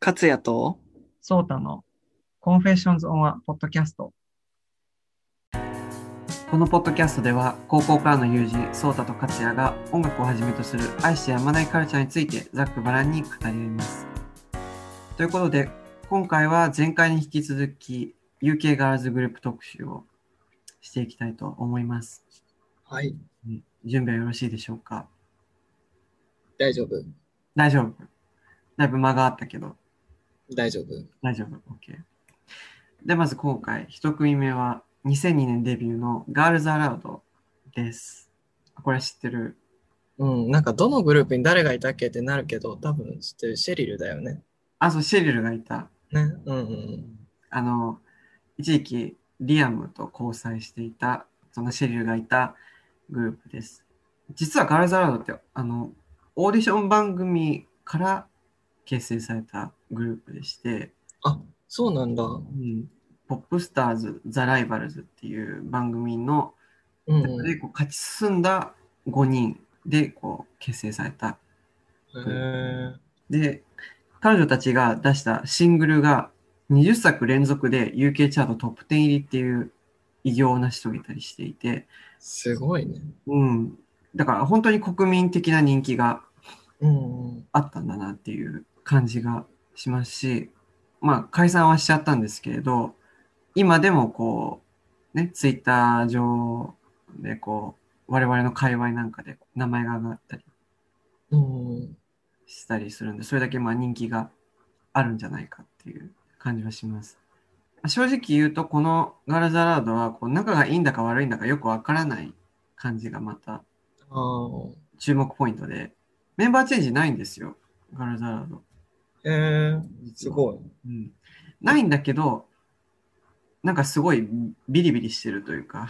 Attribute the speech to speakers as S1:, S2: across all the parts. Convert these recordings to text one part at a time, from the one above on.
S1: 勝也と
S2: ソータの Confessions on a Podcast。
S1: このポッドキャストでは高校からの友人ソータと勝也が音楽をはじめとする愛してやまないカルチャーについてざっくばらんに語り合います。ということで今回は前回に引き続き UK ガールズグループ特集をしていきたいと思います。
S3: はい、
S1: うん準備はよろしいでしょうか
S3: 大丈夫、
S1: 大丈夫だいぶ間があったけど
S3: 大丈夫。
S1: 大丈夫 ?OK。で、まず今回一組目は2002年デビューのガールズアラウドです。これ知ってる
S3: うん、なんかどのグループに誰がいたっけってなるけど、多分知ってるシェリルだよね。
S1: あ、そう、シェリルがいた。
S3: ね、うんうん。
S1: あの、一時期、リアムと交際していた、そのシェリルがいたグループです。実はガールズアラウドって、あの、オーディション番組から結成されたグループでして、
S3: あ、そうなんだ。うん
S1: ポップスターズ・ザ・ライバルズっていう番組の、
S3: うん。
S1: で
S3: へ
S1: こう勝ち進んだ5人でこう結成された
S3: え。
S1: で、彼女たちが出したシングルが20作連続で UK チャートトップ10入りっていう偉業を成し遂げたりしていて、
S3: すごいね。
S1: うん。だから本当に国民的な人気が
S3: うんうん。
S1: あったんだなっていう感じがしますし、まあ解散はしちゃったんですけれど、今でもこう、ね、ツイッター上でこう、我々の界隈なんかで名前が上がったり
S3: うんうん。
S1: したりするんで、それだけまあ人気があるんじゃないかっていう感じはします。まあ正直言うと、このガールズアラードはこう仲がいいんだか悪いんだかよくわからない感じがまた
S3: ああ。
S1: 注目ポイントで、メンバーチェンジないんですよ、ガールズアラード。
S3: へえ。すごい。
S1: うん、ないんだけど、なんかすごいビリビリしてるという か、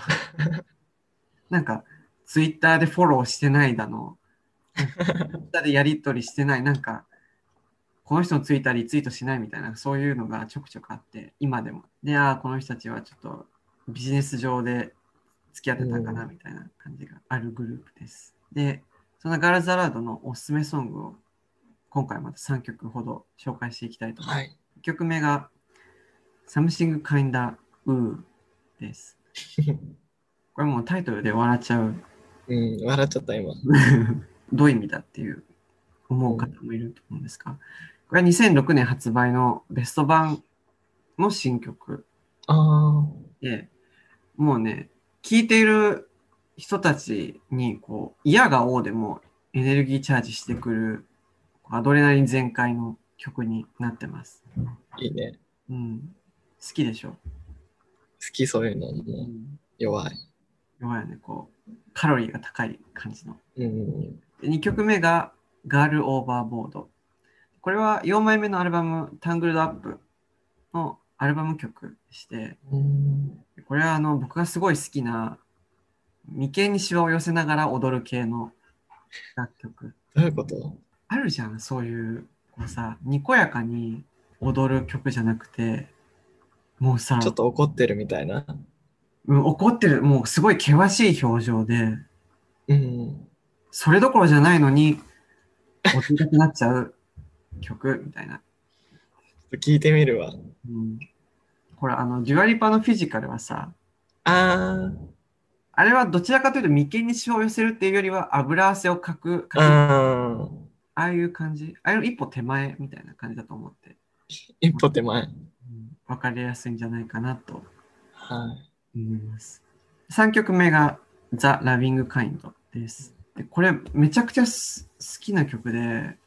S1: なんかツイッターでフォローしてないだの、ツイッターでやりとりしてない、なんかこの人のツイッターリツイートしないみたいな、そういうのがちょくちょくあって、今でも。で、ああ、この人たちはちょっとビジネス上で付き合ってたんかな
S3: うん
S1: みたいな感じがあるグループです。で、そのガールズアラードのおすすめソングを今回また3曲ほど紹介していきたいと思います。
S3: はい。
S1: 一曲目が「Something Kinda Ooh」です。これもうタイトルで笑っちゃう。
S3: うん、笑っちゃった今。
S1: どういう意味だっていう思う方もいると思うんですが、これは2006年発売のベスト版の新曲
S3: あ
S1: で、もうね、聴いている人たちにこう、嫌が王でもエネルギーチャージしてくるアドレナリン全開の曲になってます。
S3: あ、いいね。
S1: うん、好きでしょ、
S3: 好きそういうのもう弱い。
S1: 弱いよね、こう、カロリーが高い感じの。
S3: うんうん
S1: で2曲目が、ガールオーバーボード。これは4枚目のアルバム、タングルドアップのアルバム曲でして、
S3: うん。
S1: これはあの僕がすごい好きな、眉間にシワを寄せながら踊る系の楽曲。
S3: どういうこと
S1: あるじゃん、そういう、こうさ、にこやかに踊る曲じゃなくて、もうさ、
S3: ちょっと怒ってるみたいな。
S1: うん怒ってる、もうすごい険しい表情で、
S3: うん。
S1: それどころじゃないのに、落ちなくなっちゃう曲みたいな。
S3: ちょっと聞いてみるわ。
S1: うん、これ、あの、デュアリパのフィジカルはさ、
S3: あー。
S1: あれはどちらかというと眉間にシワを寄せるっていうよりは油汗をかく、かくあ
S3: あー
S1: あいう感じ、ああいう一歩手前みたいな感じだと思って、
S3: 一歩手前。
S1: 分かりやすいんじゃないかなと
S3: はい。
S1: 思います。3曲目が The Loving Kind です。でこれ、めちゃくちゃす好きな曲で、
S3: う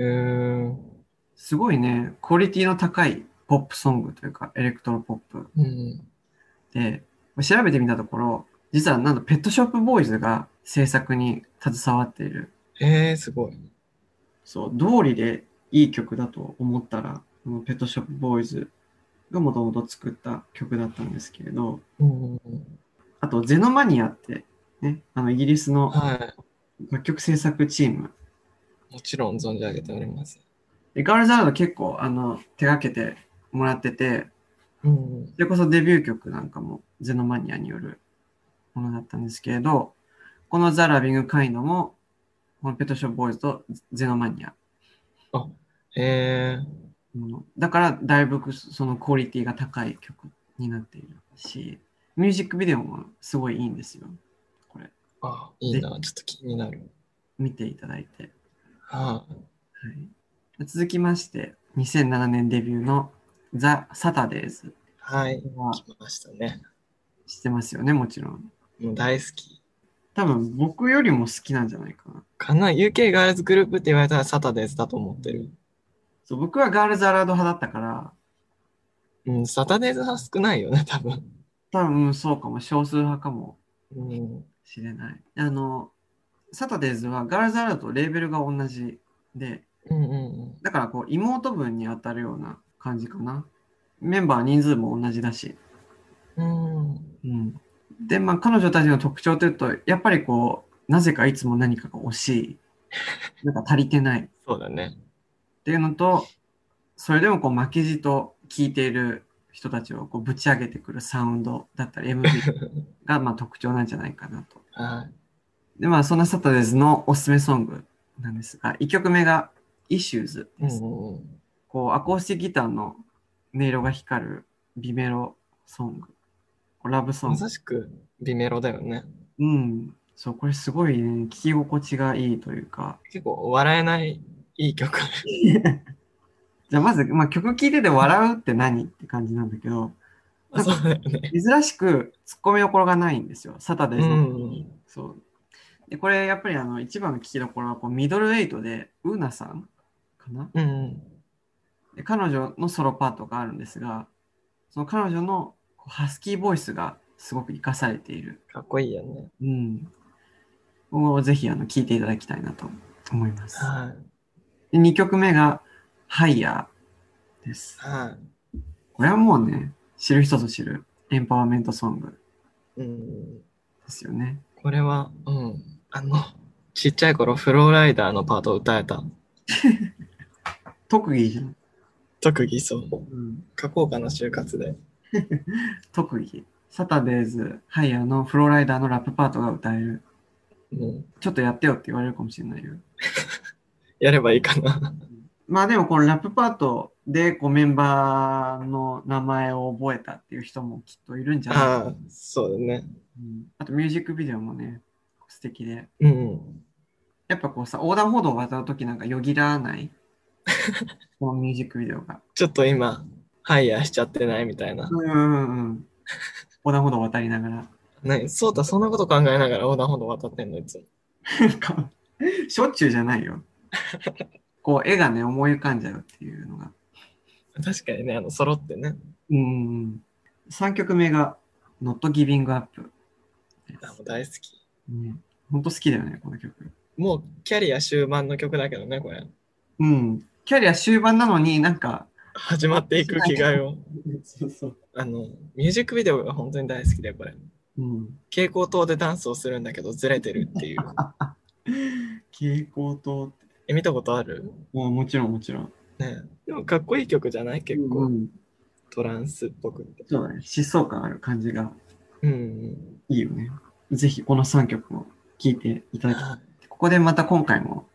S3: ーん。
S1: すごいね、クオリティの高いポップソングというか、エレクトロポップ
S3: うん。
S1: で、調べてみたところ、実はなんとペットショップボーイズが制作に携わっている。
S3: えー、すごい。
S1: そう、道理でいい曲だと思ったら、このペットショップボーイズがもともと作った曲だったんですけれど、
S3: うん。
S1: あと、ゼノマニアって、ね、あのイギリスの
S3: は
S1: 楽曲制作チーム。
S3: い。もちろん存じ上げております。
S1: でガールズアウド結構あの手がけてもらってて、
S3: うん。
S1: それこそデビュー曲なんかもゼノマニアによるものだったんですけれど、このザ・ラビング・カインドも、このペットショップボーイズとゼノマニア、
S3: えー。
S1: もの。だから、だいぶそのクオリティが高い曲になっているし、ミュージックビデオもすごいいいんですよ。これ、
S3: あいいな、ちょっと気になる。
S1: 見ていただいて。
S3: あ
S1: はい、続きまして、2007年デビューの The Saturdays
S3: はい、
S1: は
S3: 来ましたね。
S1: 知ってますよね、もちろん。
S3: もう大好き。
S1: 多分僕よりも好きなんじゃないかな。
S3: かな、UK ガールズグループって言われたらサタデーズだと思ってる。
S1: そう僕はガールズアラード派だったから、
S3: うん、サタデーズは少ないよね、多分。
S1: 多分そうかも、少数派かも
S3: うん、
S1: しれない。あの、サタデーズはガールズアラードとレーベルが同じで、
S3: うん、うん
S1: だからこう妹分に当たるような感じかな。メンバー人数も同じだし。
S3: うん。うん、
S1: うん、で、まあ、彼女たちの特徴というと、やっぱりこう、なぜかいつも何かが惜しい、なんか足りてないっ
S3: そうだね。
S1: ていうのと、それでもこう負けじと聴いている人たちをこうぶち上げてくるサウンドだったり、MV がまあ特徴なんじゃないかなと。
S3: はい。
S1: で、まあ、そんなサタデーズのおすすめソングなんですが、1曲目が Issues
S3: う
S1: です。
S3: ん、うん。
S1: こう、アコースティックギターの音色が光るビメロソング。こうラブソン
S3: ま
S1: グ
S3: さ。しく、微メロだよね。
S1: うん、そう、これすごいね、聞き心地がいいというか。
S3: 結構、笑えない、いい 曲。
S1: じゃあまず、まあ、曲聴いてて笑うって何って感じなんだけど、
S3: あそうだよね。
S1: 珍しくツッコミどころがないんですよ、サタデー
S3: う
S1: ズの
S3: ん
S1: 時に。そう。で、これやっぱりあの一番の聞きどころはこうミドルエイトで、ウーナさんかな
S3: うん、うん。
S1: で彼女のソロパートがあるんですが、その彼女のこうハスキーボイスがすごく活かされている。
S3: かっこいいよね。
S1: うん。をぜひあの聞いていただきたいなと思います。
S3: はい。
S1: で、2曲目が、ハイヤーです。
S3: は
S1: これはもうね、知る人ぞ知るエンパワーメントソング
S3: い。うん。
S1: ですよね。
S3: これは、うん。あの、ちっちゃい頃、フローライダーのパートを歌えた。
S1: 特技じゃん。
S3: 特技そう。
S1: うん、
S3: 書こうかな、就活で。
S1: 特技。サタデーズ、ハイヤーのフローライダーのラップパートが歌える。
S3: うん。
S1: ちょっとやってよって言われるかもしれないよ。
S3: やればいいか な。
S1: まあでもこのラップパートでこうメンバーの名前を覚えたっていう人もきっといるんじゃない
S3: ああ、そうだね。
S1: うんあとミュージックビデオもね、素敵で。
S3: うん。
S1: やっぱこうさ、横断歩道を渡るときなんかよぎらない。このミュージックビデオが。
S3: ちょっと今、ハイヤーしちゃってないみたいな
S1: う。んうんうん。横断歩道を渡りながら。
S3: ね、そうだ、そんなこと考えながら横断歩道渡ってんの、いつも。
S1: なんかしょっちゅうじゃないよ。こう、絵がね、思い浮かんじゃうっていうのが。
S3: 確かにね、あの、揃ってね。
S1: うんうんうん。3曲目が、Not Giving Up です。
S3: あもう大好き。
S1: ね、ほんと好きだよね、この曲。
S3: もう、キャリア終盤の曲だけどね、これ。
S1: うん。キャリア終盤なのになんか、
S3: 始まっていく気概を。
S1: そうそう。
S3: あの、ミュージックビデオが本当に大好きで、これ。
S1: うん。
S3: 蛍光灯でダンスをするんだけど、ずれてるっていう。
S1: 蛍光灯って。
S3: え、見たことある
S1: あもちろんもちろん。
S3: ねでも、かっこいい曲じゃない結
S1: う
S3: 構、
S1: ん、
S3: トランスっぽくて。
S1: そうだね。疾走感ある感じが
S3: うんうん。
S1: いいよね。ぜひこの3曲を聴いていただきたい。
S3: はい
S1: ここでまた今回も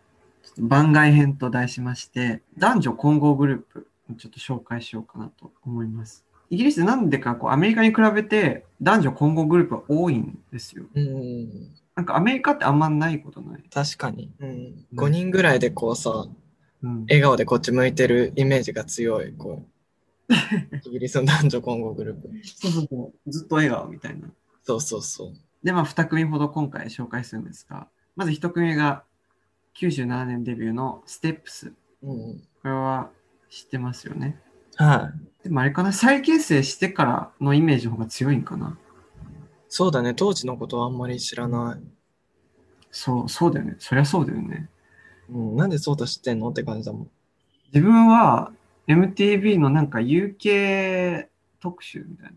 S1: ちょっと番外編と題しまして、男女混合グループをちょっと紹介しようかなと思います。イギリスでなんでかこうアメリカに比べて男女混合グループが多いんですよ。
S3: うんうん。
S1: なんかアメリカってあんまないことない。
S3: 確かに。うん、5人ぐらいでこうさ、
S1: うん、
S3: 笑顔でこっち向いてるイメージが強い、こう。イギリスの男女混合グループ。
S1: そうそうそう。ずっと笑顔みたいな。
S3: そうそうそう。
S1: で、まあ2組ほど今回紹介するんですが、まず1組目が97年デビューのステップス。
S3: うん、
S1: これは知ってますよね。
S3: はい。
S1: でもあれかな、再結成してからのイメージの方が強いんかな。
S3: そうだね、当時のことはあんまり知らない。
S1: そう、そうだよね。そりゃそうだよね。
S3: うん、なんでそうだ知ってんのって感じだもん。
S1: 自分は MTV のなんか UK 特集みたい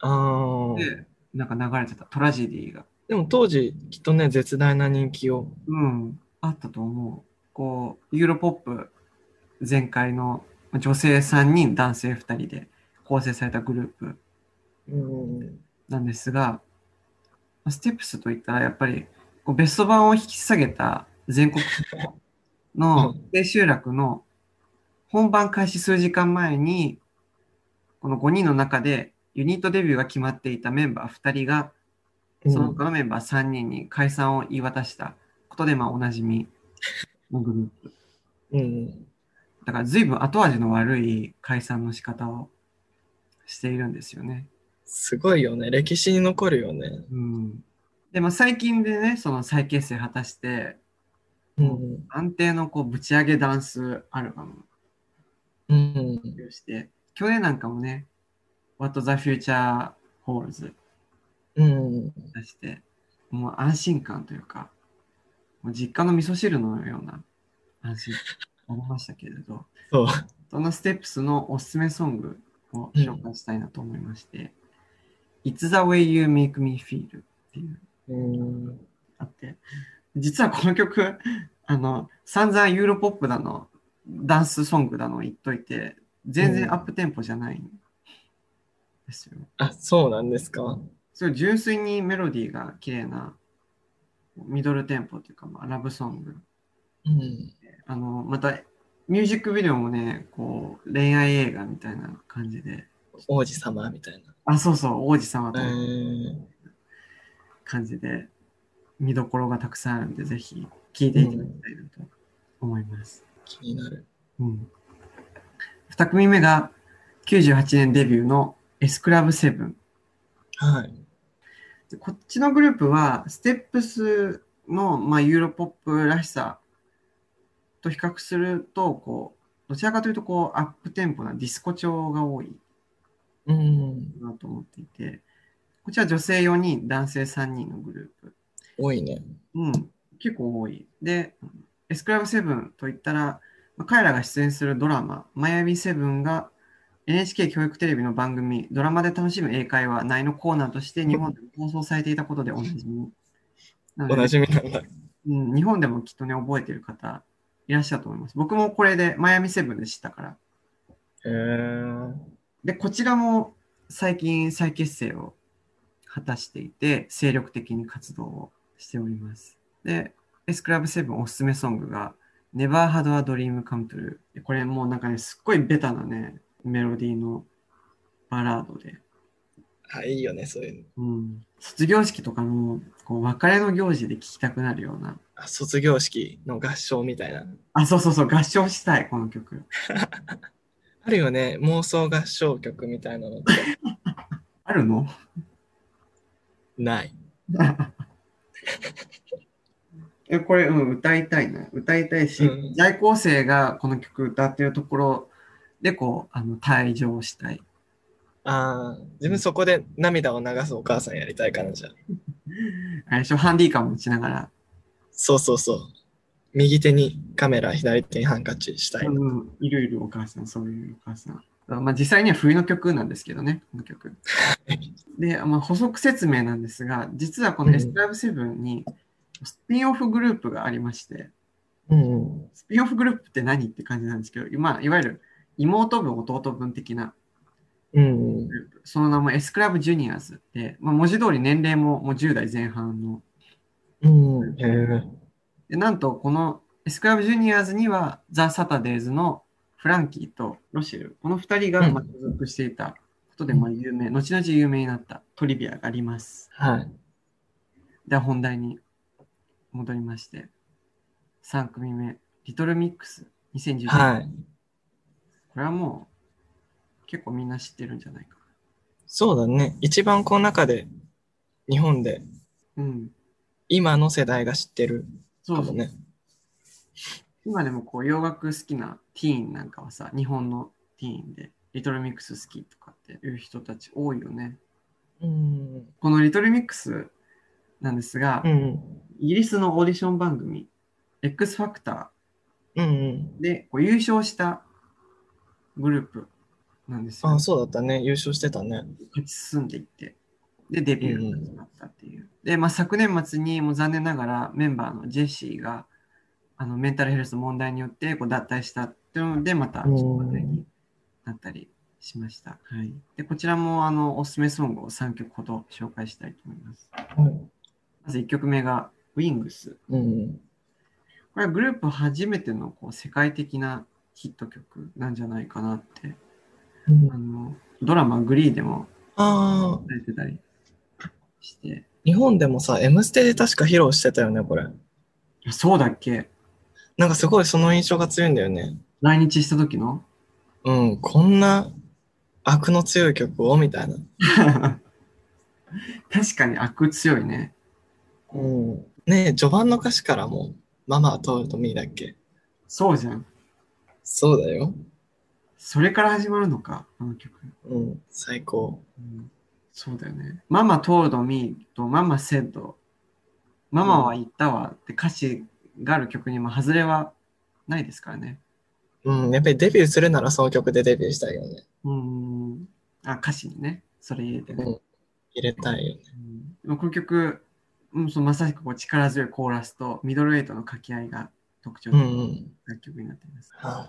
S3: あ
S1: な。
S3: ー
S1: で、なんか流れてたトラジディが。
S3: でも当時、きっとね、絶大な人気を。
S1: うん、あったと思う。こう、ユーロポップ全開の女性3人、男性2人で構成されたグループ
S3: うん、
S1: なんですが、まあステップスといったらやっぱりこうベスト版を引き下げた全国の
S3: うん
S1: 低集落の本番開始数時間前に、この5人の中でユニットデビューが決まっていたメンバー2人が、その他のメンバー3人に解散を言い渡したことで、まあ、おなじみのグループ。
S3: うん。
S1: だから随分後味の悪い解散の仕方をしているんですよね。
S3: すごいよね。歴史に残るよね。
S1: うん。で、まあ最近でね、その再結成果たして、
S3: うん。
S1: 安定のこうぶち上げダンスアルバム
S3: うん。
S1: をして、去年なんかもね、What the Future Holds
S3: うん。
S1: 出して、もう安心感というか、もう実家の味噌汁のような安心感ありましたけれど、
S3: そう。
S1: そのステップスのおすすめソングを紹介したいなと思いまして、It's the way you make me feel っていう
S3: うん。
S1: あって、実はこの曲、あの、散々ユーロポップだの、ダンスソングだの言っといて、全然アップテンポじゃないんですよ。
S3: あ、そうなんですか。
S1: すごい純粋にメロディーが綺麗な、ミドルテンポというか、まあ、ラブソング。
S3: うん。
S1: あの、また、ミュージックビデオもね、こう、恋愛映画みたいな感じで、
S3: 王子様みたい
S1: あ、そうそう、王子様と
S3: な。え
S1: いう
S3: ー、
S1: 感じで、見どころがたくさんあるんで、ぜひ聴いていただきたいなと思います。
S3: 気になる。
S1: うん、2組目が98年デビューの S クラブセブン。
S3: はい。
S1: でこっちのグループは、ステップスの、まあ、ユーロポップらしさと比較すると、こう、どちらかというと、こう、アップテンポなディスコ調が多い
S3: うん。
S1: なと思っていて、こっちは女性4人、男性3人のグループ。
S3: 多いね。
S1: うん、結構多い。で、エスクラブセブンといったら、まあ彼らが出演するドラマ、マイアミセブンが NHK 教育テレビの番組、ドラマで楽しむ英会話内のコーナーとして日本でも放送されていたことでおなじみ。な
S3: お
S1: の
S3: な
S1: で、
S3: じみなんだ。
S1: うん、日本でもきっとね、覚えてる方いらっしゃると思います。僕もこれでマイアミセブンで知ったから。
S3: えー、
S1: で、こちらも最近再結成を果たしていて、精力的に活動をしております。で、S クラブ7おすすめソングが Never Had a Dream Come True。でこれもうなんかね、すっごいベタなね、メロディーのバラードで。
S3: あ、いいよね、そういうの。
S1: うん。卒業式とかのこう別れの行事で聴きたくなるような。
S3: あ、卒業式の合唱みたいな。
S1: あ、そうそうそう、合唱したい、この曲。
S3: あるよね、妄想合唱曲みたいなのって
S1: あるの
S3: ない。
S1: え、これ、うん、歌いたいね。歌いたいし、
S3: うん
S1: 在校生がこの曲歌ってるところで、こう、あの、退場したい。
S3: ああ、自分そこで涙を流すお母さんやりたいからじゃん。
S1: あれでしょ、ハンディカム持ちながら。
S3: そうそうそう。右手にカメラ、左手にハンカチしたい。
S1: うん、いるいるお母さん、そういうお母さん。まあ、実際には冬の曲なんですけどね、この曲。で、まあ、補足説明なんですが、実はこの
S3: うん
S1: s ラブセブンにスピンオフグループがありまして、
S3: うん。
S1: スピンオフグループって何って感じなんですけど、まあ、いわゆる妹分、弟分的な
S3: うん。
S1: その名もエスクラブジュニアーズで、まあ、文字通り年齢ももう10代前半の。
S3: うん。へえ。
S1: でなんと、このエスクラブジュニアーズには、ザ・サタデーズのフランキーとロシェル、この2人が
S3: うん
S1: まあ所属していたことで、まあ有名、後々有名になったトリビアがあります。
S3: はい。
S1: では本題に戻りまして、3組目、リトルミックス2010年、
S3: はい。
S1: これはもう結構みんな知ってるんじゃないか
S3: そうだね。一番この中で、日本で、
S1: な。うん。
S3: 今の世代が知ってる
S1: そ
S3: か
S1: うそ
S3: も
S1: う
S3: ね。
S1: 今でもこう洋楽好きなティーンなんかはさ、日本のティーンで、リトルミックス好きとかっていう人たち多いよね。
S3: うん。
S1: このリトルミックスなんですが、
S3: うん。
S1: イギリスのオーディション番組、X ファクタ
S3: うん。
S1: ーでこう優勝したグループなんですよ、
S3: あ、そうだったね。優勝してたね。
S1: 勝ち進んでいって、で、デビューが始まったっていう。で、まあ、昨年末にもう残念ながらメンバーのジェシーがあのメンタルヘルスの問題によってこう脱退したっていうので、またちょっと話題になったりしました。はい、でこちらもあのおすすめソングを3曲ほど紹介したいと思います。まず1曲目が Wings。
S3: うん。
S1: これはグループ初めてのこう世界的なヒット曲なんじゃないかなって。
S3: うん
S1: あの、ドラマグリーでも
S3: ああ、
S1: 出てたりして。
S3: 日本でもさ、M ステで確か披露してたよね、これ。
S1: そうだっけ
S3: なんかすごいその印象が強いんだよね。
S1: 来日した時の
S3: うん、こんな悪の強い曲をみたいな。
S1: 確かに悪強いね。
S3: うん。ねえ、序盤の歌詞からも、ママは通るとミーだっけ
S1: そうじゃん。
S3: そうだよ。
S1: それから始まるのか、あの曲。
S3: うん、最高。
S1: うんそうだよね。ママ told me とママ said ママは言ったわって歌詞がある曲にも外れはないですからね。
S3: うん、やっぱりデビューするならその曲でデビューしたいよね。
S1: うん。あ、歌詞にね。それ入れてね。
S3: うん入れたいよね。
S1: うんでもこの曲、うん、そうまさしくこう力強いコーラスとミドルエイトの掛け合いが特徴
S3: う
S1: 的
S3: ん
S1: な
S3: うん。
S1: 楽曲になっています。
S3: は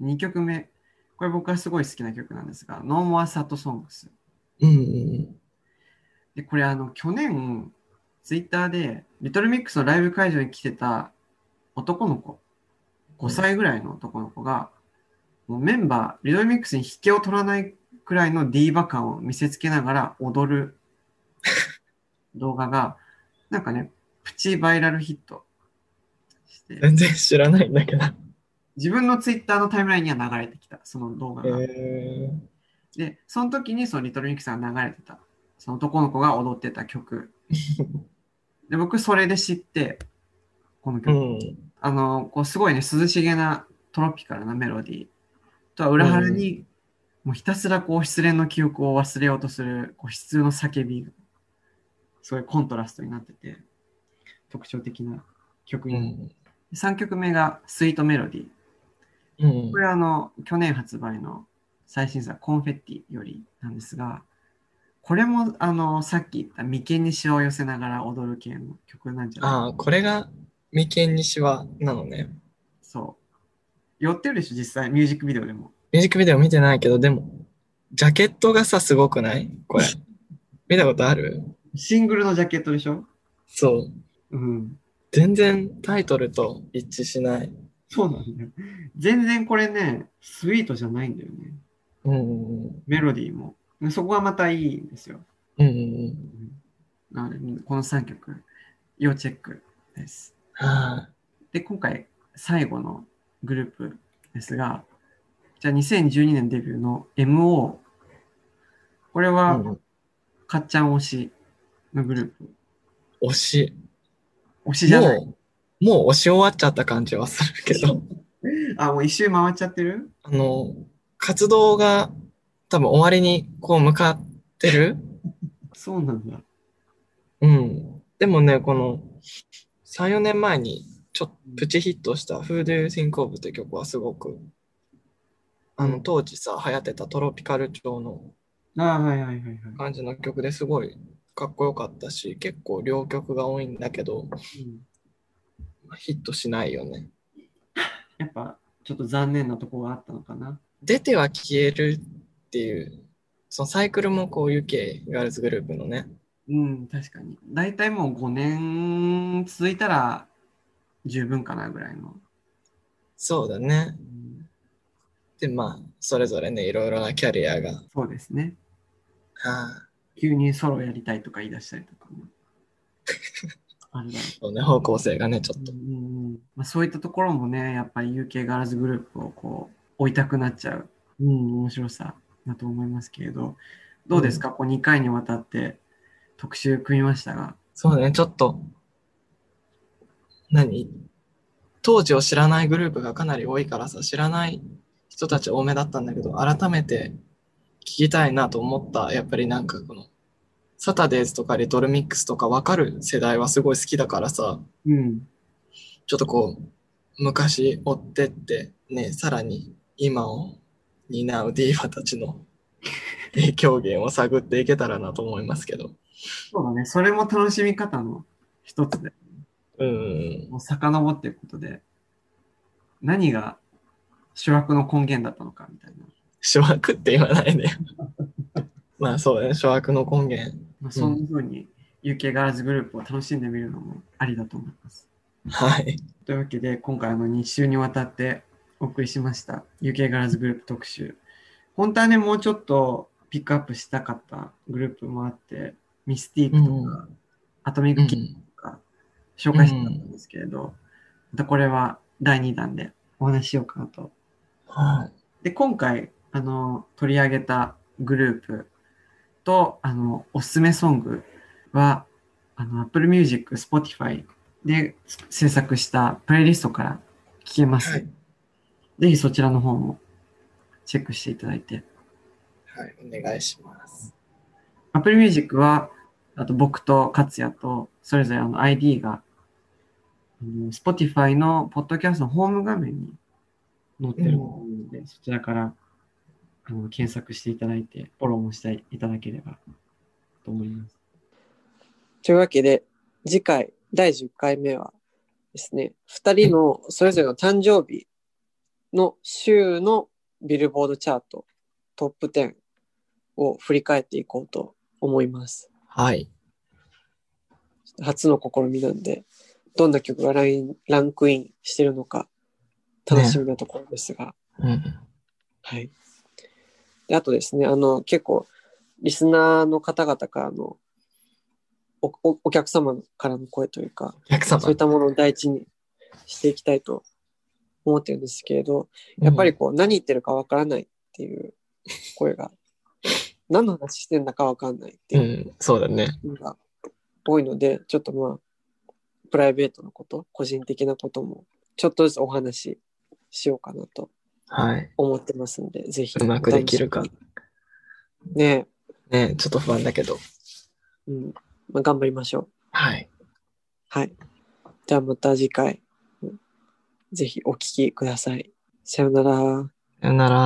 S1: 2曲目、これ僕はすごい好きな曲なんですが、No More Sad Songs。
S3: いうんうん
S1: で、これあの、去年、ツイッターで、リトルミックスのライブ会場に来てた男の子、5歳ぐらいの男の子が、もうメンバー、リトルミックスに引けを取らないくらいのディーバ感を見せつけながら踊 る動画が、なんかね、プチバイラルヒットして
S3: うん。、全然知らないんだけど。
S1: 自分のツイッターのタイムラインには流れてきた、その動画が。
S3: えー、
S1: で、その時にそのリトルミックさんが流れてた、その男の子が踊ってた 曲。で、僕それで知って、この
S3: う
S1: 曲。
S3: ん。
S1: あの、こうすごいね、涼しげなトロピカルなメロディーとは裏腹に、もうひたすらこう失恋の記憶を忘れようとする、こう悲痛の叫びが、すごいコントラストになってて、特徴的な曲
S3: う
S1: に。
S3: ん。
S1: 3曲目がスイートメロディー。
S3: うん
S1: こ。れはあの去年発売の最新作「コンフェッティ」よりなんですがこれもあのさっき言った眉間にしわを寄せながら踊る系の曲なんじゃない
S3: ああ、これが眉間にしわなのね。
S1: そう寄ってるでしょ実際ミュージックビデオでも
S3: ミュージックビデオ見てないけど、でも、ジャケットがさ、すごくないこ れ。見たことある
S1: シングルのジャケットでしょ
S3: そう。
S1: うん
S3: 全然タイトルと一致しない。
S1: そうなんだよ全然これねスイートじゃないんだよね
S3: うんうんうん。
S1: メロディーもそこがまたいいんですよ
S3: うんうんうん。
S1: なのでこの3曲要チェックです
S3: はあ。
S1: で、今回最後のグループですが、じゃあ2012年デビューの MO。これ
S3: う
S1: は
S3: んうん
S1: かっちゃん推しのグループ。
S3: 推し。
S1: 推しじゃない。
S3: もう、もう推し終わっちゃった感じはするけ ど、
S1: あ、もう一周回っちゃってる
S3: あの、活動が多分終わりにこう向かってる
S1: そうなんだ。
S3: うん。でもね、この3、4年前にちょっとプチヒットした「Who Do You Think of」って曲はすごく、あの、当時さ、流行ってたトロピカル調の
S1: あはいはいはいはい。
S3: 感じの曲ですごいかっこよかったし、結構両曲が多いんだけど、
S1: うん
S3: まあヒットしないよね。
S1: やっぱちょっと残念なとこがあったのかな。
S3: 出ては消えるっていう、そのサイクルもこう UK ガールズグループのね、
S1: うん、確かに。大体もう5年続いたら十分かなぐらいの。
S3: そうだね
S1: う。ん
S3: で、まあ、それぞれね、いろいろなキャリアが、は
S1: そうですね。
S3: あ、
S1: 急にソロやりたいとか言い出したりとか も。あるだろう
S3: そうね、方向性がね、ちょっと。
S1: うんうんまあ、そういったところもね、やっぱり UK ガールズグループをこう追いたくなっちゃう、うん、面白さだと思いますけれど、どうですか、こう2回にわたって特集組みましたが、
S3: そうね、ちょっと、何当時を知らないグループがかなり多いからさ、知らない人たち多めだったんだけど、改めて聞きたいなと思った、やっぱりなんかこの、サタデーズとかリトルミックスとかわかる世代はすごい好きだからさ、
S1: うん、
S3: ちょっとこう、昔追ってって、ね、さらに今を担うディーファたち の影響源を探っていけたらなと思いますけど。
S1: そうだね、それも楽しみ方の一つで、
S3: うん。
S1: もう遡っていくことで、何が主役の根源だったのかみたいな、
S3: 諸悪って言わない で。まあそうね、諸悪の根源。
S1: まあ、そんな風に UK ガールズグループを楽しんでみるのもありだと思います。
S3: はい。
S1: というわけで、今回あの2週にわたってお送りしました。UK ガラズグループ特集。本当はね、もうちょっとピックアップしたかったグループもあって、ミスティークとか、
S3: うん
S1: アトミッ
S3: う
S1: クキッ
S3: ん
S1: とか、紹介してたんですけれど、またこれは第2弾でお話ししようかなと。
S3: はい。
S1: で、今回、あの、取り上げたグループと、あの、おすすめソングは、あの、Apple Music、Spotify で制作したプレイリストから聞けます。
S3: はい。
S1: ぜひそちらの方もチェックしていただいて。
S3: はい。お願いします。
S1: Apple Music は、あと僕と勝也と、それぞれあの ID が、あの Spotify のポッドキャストのホーム画面に載ってると思うので、そちらからあの検索していただいて、フォローもしていただければと思います。
S4: というわけで、次回、第10回目はですね、2人のそれぞれの誕生日の週のビルボードチャート、トップ10を振り返っていこうと思います。
S3: はい。
S4: 初の試みなんで、どんな曲がラインランクインしてるのか、楽しみなところですが、
S3: うん。
S4: はい。であとですね、あの、結構、リスナーの方々からの、おおお客様からの声というか、
S3: お客様
S4: そういったものを第一にしていきたいと思ってるんですけれど、やっぱりこう何言ってるかわからないっていう声が、何の話してんだかわかんないって
S3: う
S4: い
S3: ん、
S4: う
S3: うんそうだね。
S4: のが多いので、ちょっとまあ、プライベートのこと、個人的なことも、ちょっとずつお話ししようかなと
S3: はい。
S4: 思ってますんで、ぜひ。
S3: うまくできるか
S4: お楽しみに。ね
S3: ねちょっと不安だけど。
S4: え、うん。まあ、頑張りましょう。
S3: はい。
S4: はい。ではまた次回、うんぜひお聞きください。さようなら。
S3: さよなら。